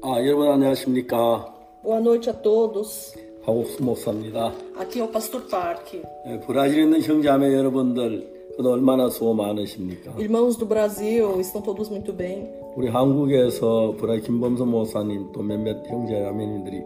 아, 여러분 안녕하십니까. Boa noite a todos. 하옥수 목사입니다. Aqui é o Pastor Park. 예, 브라질에 있는 형제자매 여러분들 그동 얼마나 수고 많으십니까? Irmãos do Brasil, estão todos muito bem. 우리 한국에서 브라 김범수 목사님 또 몇몇 형제자매님들이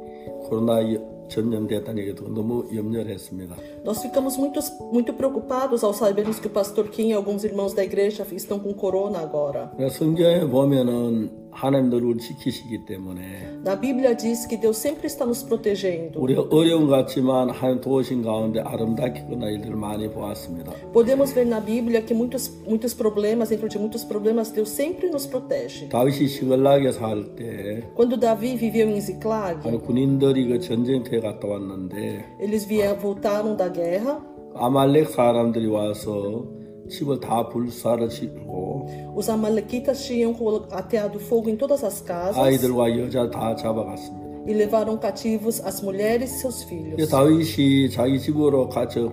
코로나 전염됐다는 게 너무 염려를 했습니다. Nós ficamos muito, muito preocupados ao sabermos que o Pastor Kim e alguns irmãos da igreja estão com corona agora. 그러니까 성경에 보면은 하나님 늘 우리 지키시기 때문에 Na Bíblia diz que Deus sempre está nos protegendo. 우리 어려운 것 같지만 하나님 도우신 가운데 아름답게 끝난 일들을 많이 보았습니다. Podemos ver na Bíblia que muitos, muitos problemas, dentro de muitos problemas, Deus sempre nos protege. 다윗이 시글락에 살때 Quando Davi viveu em Ziclag, 바로 군인들이 그 전쟁터에 갔다 왔는데 eles vieram, voltaram da guerra. 아말렉 사람들이 와서 집을 다 불사를 짓고 Os amalequitas tinham colo- ateado fogo em todas as casas. 아이들과 여자 다 잡아갔습니다. e levaram cativos as mulheres e seus filhos. 그래서 다윗이 자기 집으로 가서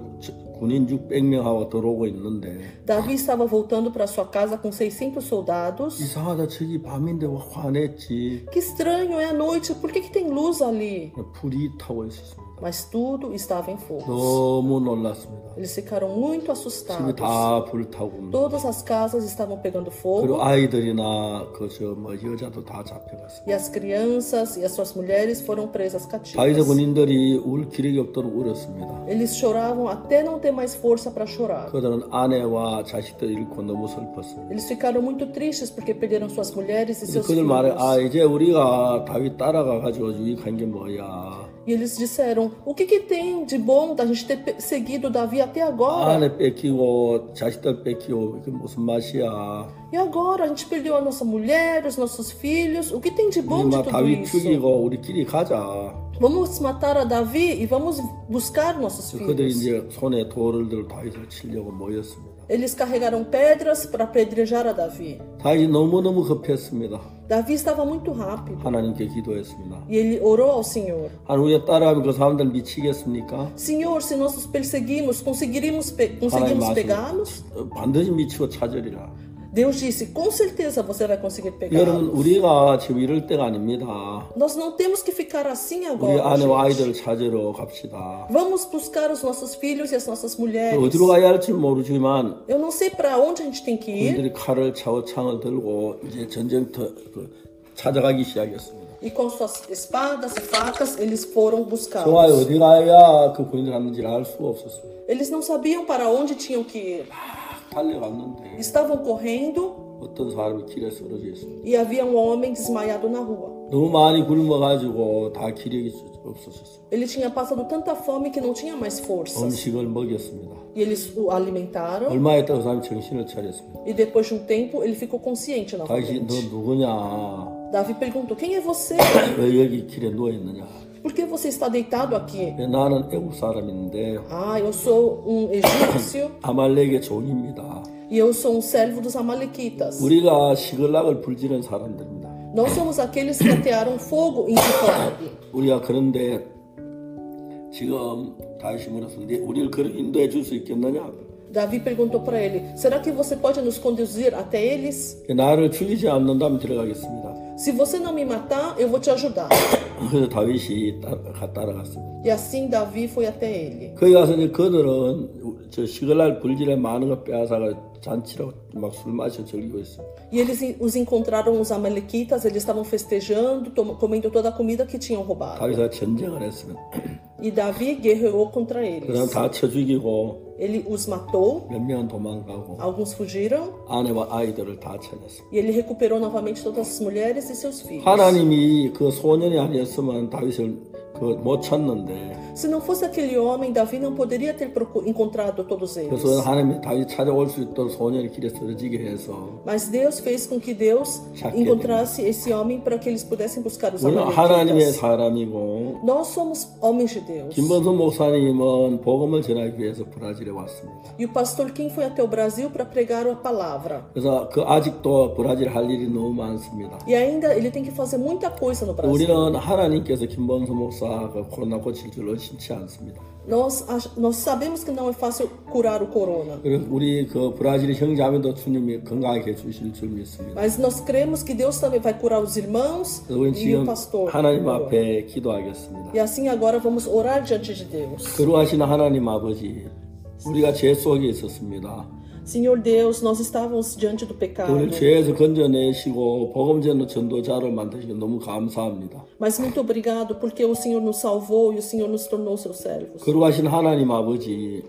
군인 600명하고 들어오고 있는데 Davi estava voltando para sua casa com 600 soldados. 이상하다 저기 밤인데 왜 화냈지 Que estranho, é à noite, por que, que tem luz ali? 불이 타고 있었습니다. Mas tudo estava em fogo. 너무 놀랐습니다. Eles ficaram muito 집이 assustados. 다 불타고 Todas as casas estavam pegando 그리고 fogo 아이들이나 그저뭐 여자도 다 잡혀갔습니다. e as crianças e as suas mulheres foram presas 다윗의 cativas. 군인들이 울 기력이 없도록 울었습니다. Eles choravam até não ter mais força para chorar. 그들은 아내와 자식들 잃고 너무 슬펐습니다. Eles ficaram muito tristes porque perderam suas mulheres e seus 그들 말에 filhos. 아 이제 우리가 다윗 따라가 가지고 유익한 게 뭐야? E eles disseram: O que, que tem de bom da gente ter pe- seguido Davi até agora? 아내 뺏기고 자식들 뺏기고 이게 무슨 맛이야? E agora a gente perdeu a nossa mulher, os nossos filhos. O que tem de bom de 우리만 tudo 다윗 isso? 죽이고 우리끼리 가자. Vamos matar a Davi e vamos buscar nossos 그들이 filhos. 이제 손에 돌을 들고 다윗을 치려고 모였습니다. Eles carregaram pedras para apedrejar a Davi. 다윗이 너무너무 급했습니다. Davi estava muito rápido 하나님께 기도했습니다. e ele orou ao Senhor: 아 우리가 따라하면 그 사람들 미치겠습니까? Senhor, se nós os perseguimos, conseguiríamos, pe- 하나님 conseguimos pegá-los? 말씀 어, 반드시 미치고 찾으리라. Deus disse: Com certeza você vai conseguir 여러분 pegá-los. 우리가 지금 이럴 때가 아닙니다. Nós não temos que ficar assim 우리 agora. 아내와 gente. 아이들을 찾으러 갑시다. Vamos buscar os nossos filhos e as nossas mulheres. 어디로 가야 할지 모르지만 Eu não sei para onde a gente tem que ir. 군인들이 칼을 차고 창을 들고 이제 전쟁터 그 찾아가기 시작했습니다. E com suas espadas e facas, eles foram 정말 buscá-los. 어디 가야 그 군인들 갔는지를 알 수가 없었습니다. Eles não sabiam para onde tinham que ir. 막 달려갔는데 Estavam correndo 어떤 사람이 길에 쓰러져 있습니다. e havia um homem desmaiado na rua. 너무 많이 굶어가지고 다 기력이 없었습니다. Ele tinha passado tanta fome que não tinha mais forças. 음식을 먹였습니다. E eles o alimentaram. 얼마 있다 그 사람이 정신을 차렸습니다. E depois de um tempo, ele ficou consciente 다시 너 novamente. 누구냐? Davi perguntou: Quem é você? 왜 여기 길에 누워 있느냐? Por que você está deitado aqui? 나는 애국 사람인데 Ah, eu sou um egípcio 아말렉의 종입니다. e eu sou um servo dos Amalequitas. 우리가 시글락을 불지른 사람들입니다. Nós somos aqueles que atearam fogo em Ziclague. 우리가 그런데 지금 다시 물었는데 우리를 그런 인도해 줄 수 있겠느냐? Davi perguntou para ele: Será que você pode nos conduzir até eles? 나를 죽이지 않는다면 들어가겠습니다. Se você não me matar, eu vou te ajudar. 그래서 다윗이 따- 가- 따라갔습니다. E assim Davi foi até ele. 거기 가서 이제 그들은 저 시글락 불지른 많은 거 빼앗아가 잔치라고 막 술 마셔 즐기고 있습니다. E eles en- os encontraram os amalequitas, eles estavam festejando, tom- comendo toda a comida que tinham roubado. 다윗이 전쟁을 했습니다. E Davi guerreou contra 그냥 eles. 다쳐 죽이고 Ele os matou, 몇 명은 도망가고 alguns fugiram, 아내와 아이들을 다 찾았습니다. e ele recuperou novamente todas as mulheres e seus filhos. 하나님이 그 소년이 아니었으면 다윗을 그 못 찾는데 Se não fosse aquele homem, Davi não poderia ter procu- encontrado todos eles. 그래서 하나님이 다윗 찾아올 수 있도록 소년이 길에 쓰러지게 해서 Mas Deus fez com que Deus Chaque encontrasse esse homem para que eles pudessem buscar os 우리는 하나님의 amalequitas. 사람이고 Nós somos homens de Deus. 김범수 목사님은 복음을 전하기 위해서 브라질에 왔습니다. E o pastor Kim foi até o Brasil para pregar a palavra. 그래서 그 아직도 브라질 할 일이 너무 많습니다. E ainda ele tem que fazer muita coisa no Brasil. 우리는 하나님께서 김범수 목사 그 코로나 고칠 줄 의심치 않습니다. Nós, ach- nós sabemos que não é fácil curar o corona, 그래서 우리 그 브라질 형제자매도 주님이 건강하게 해주실 줄 믿습니다. mas nós cremos que Deus também vai curar os irmãos 그래서 우리 e o 지금 pastor. 하나님 앞에 기도하겠습니다. E assim agora vamos orar diante de Deus. 거룩하신 하나님 아버지, 우리가 죄 속에 있었습니다. Senhor Deus, nós estávamos diante do pecado, 우리 죄에서 건져내시고 복음 전도 전도자로 만드시고 너무 감사합니다. mas muito obrigado porque o Senhor nos salvou e o Senhor nos tornou seus servos. 거룩하신 하나님 아버지,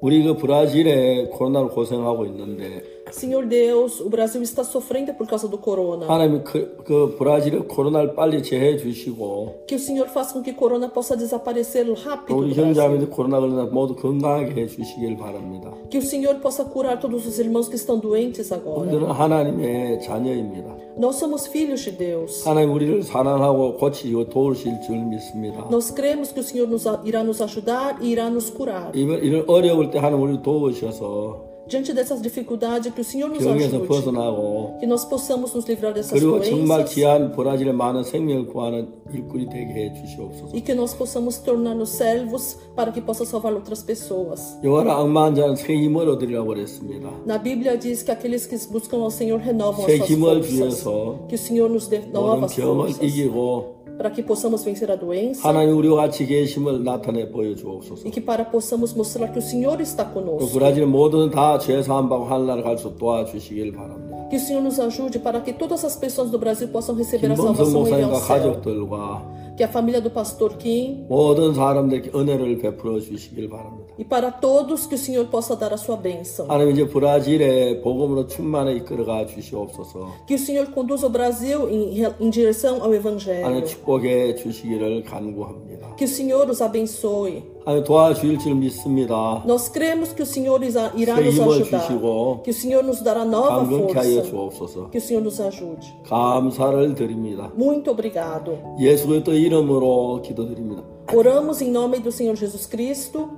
우리 그 브라질에 코로나로 고생하고 있는데 Senhor Deus, o Brasil está sofrendo por causa do corona. 하나님 그, 그 브라질에 코로나를 빨리 제해 주시고 Que o Senhor faça com que o corona possa desaparecer rápido. 우리 do Brasil. 형제자매들 코로나 걸리나 모두 건강하게 해 주시길 바랍니다. Que o Senhor possa curar todos os irmãos que estão doentes agora. 우리는 하나님의 자녀입니다. Nós somos filhos de Deus. 하나님 우리를 사랑하고 고치시고 도우실 줄 믿습니다. Nós cremos que o Senhor nos a- irá nos ajudar e irá nos curar. 이번 이런 어려울 때 하나님 우리를 도우셔서 Diante dessas dificuldades, que o Senhor nos 병에서 ajude. 벗어나고 Que nós possamos nos livrar dessas 그리고 정말 doenças. 귀한 브라질의 많은 생명을 구하는 일꾼이 되게 해 주시옵소서. E que nós possamos tornar-nos servos para que possa salvar outras pessoas. 여호와라 악마한 자는 새 힘을 얻으리라고 그랬습니다. Na Bíblia diz que aqueles que buscam ao Senhor renovam 새 as suas 힘을 forças. 주셔서 Que o Senhor nos dê 모든 novas 병을 forças 이기고 para que possamos vencer a doença 하나님 우리와 같이 계심을 나타내 보여주옵소서. e que para possamos mostrar que o Senhor está conosco. 브라질 모든 다 죄사함 받고 하늘나라 갈수 도와주시길 바랍니다. Que o Senhor nos ajude para que todas as pessoas do Brasil possam receber a 김범석 salvação em 목사님과 ao céu. 가족들과 Que a família do pastor Kim 모든 사람들에게 은혜를 베풀어 주시길 바랍니다. e para todos que o Senhor possa dar a sua bênção. 하나님 이제 브라질에 복음으로 충만해 이끌어가 주시옵소서. Que o Senhor conduza o Brasil em, re- em direção ao 하나님 Evangelho. 축복해 주시기를 간구합니다. Que o Senhor os abençoe. 하나님 도와주실 줄 믿습니다. Nós cremos que o Senhor isa- irá 새 nos 힘을 ajudar. 주시고 Que o Senhor nos dará nova 강건케 하여 força. 주옵소서. Que o Senhor nos ajude. 감사를 드립니다. Muito obrigado. 예수 그리스도 이름으로 기도드립니다. Oramos em nome do Senhor Jesus Cristo.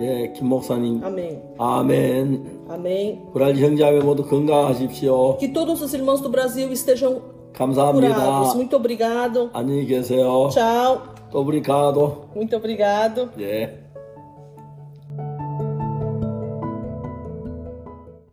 예, 김 목사님. Amém. 아멘. Amém. 브라질 형제자매 모두 건강하십시오. Que todos os irmãos do Brasil estejam curados. 감사합니다. Muito obrigado. 안녕히 계세요. Tchau. 또브리카도. Muito obrigado. 예.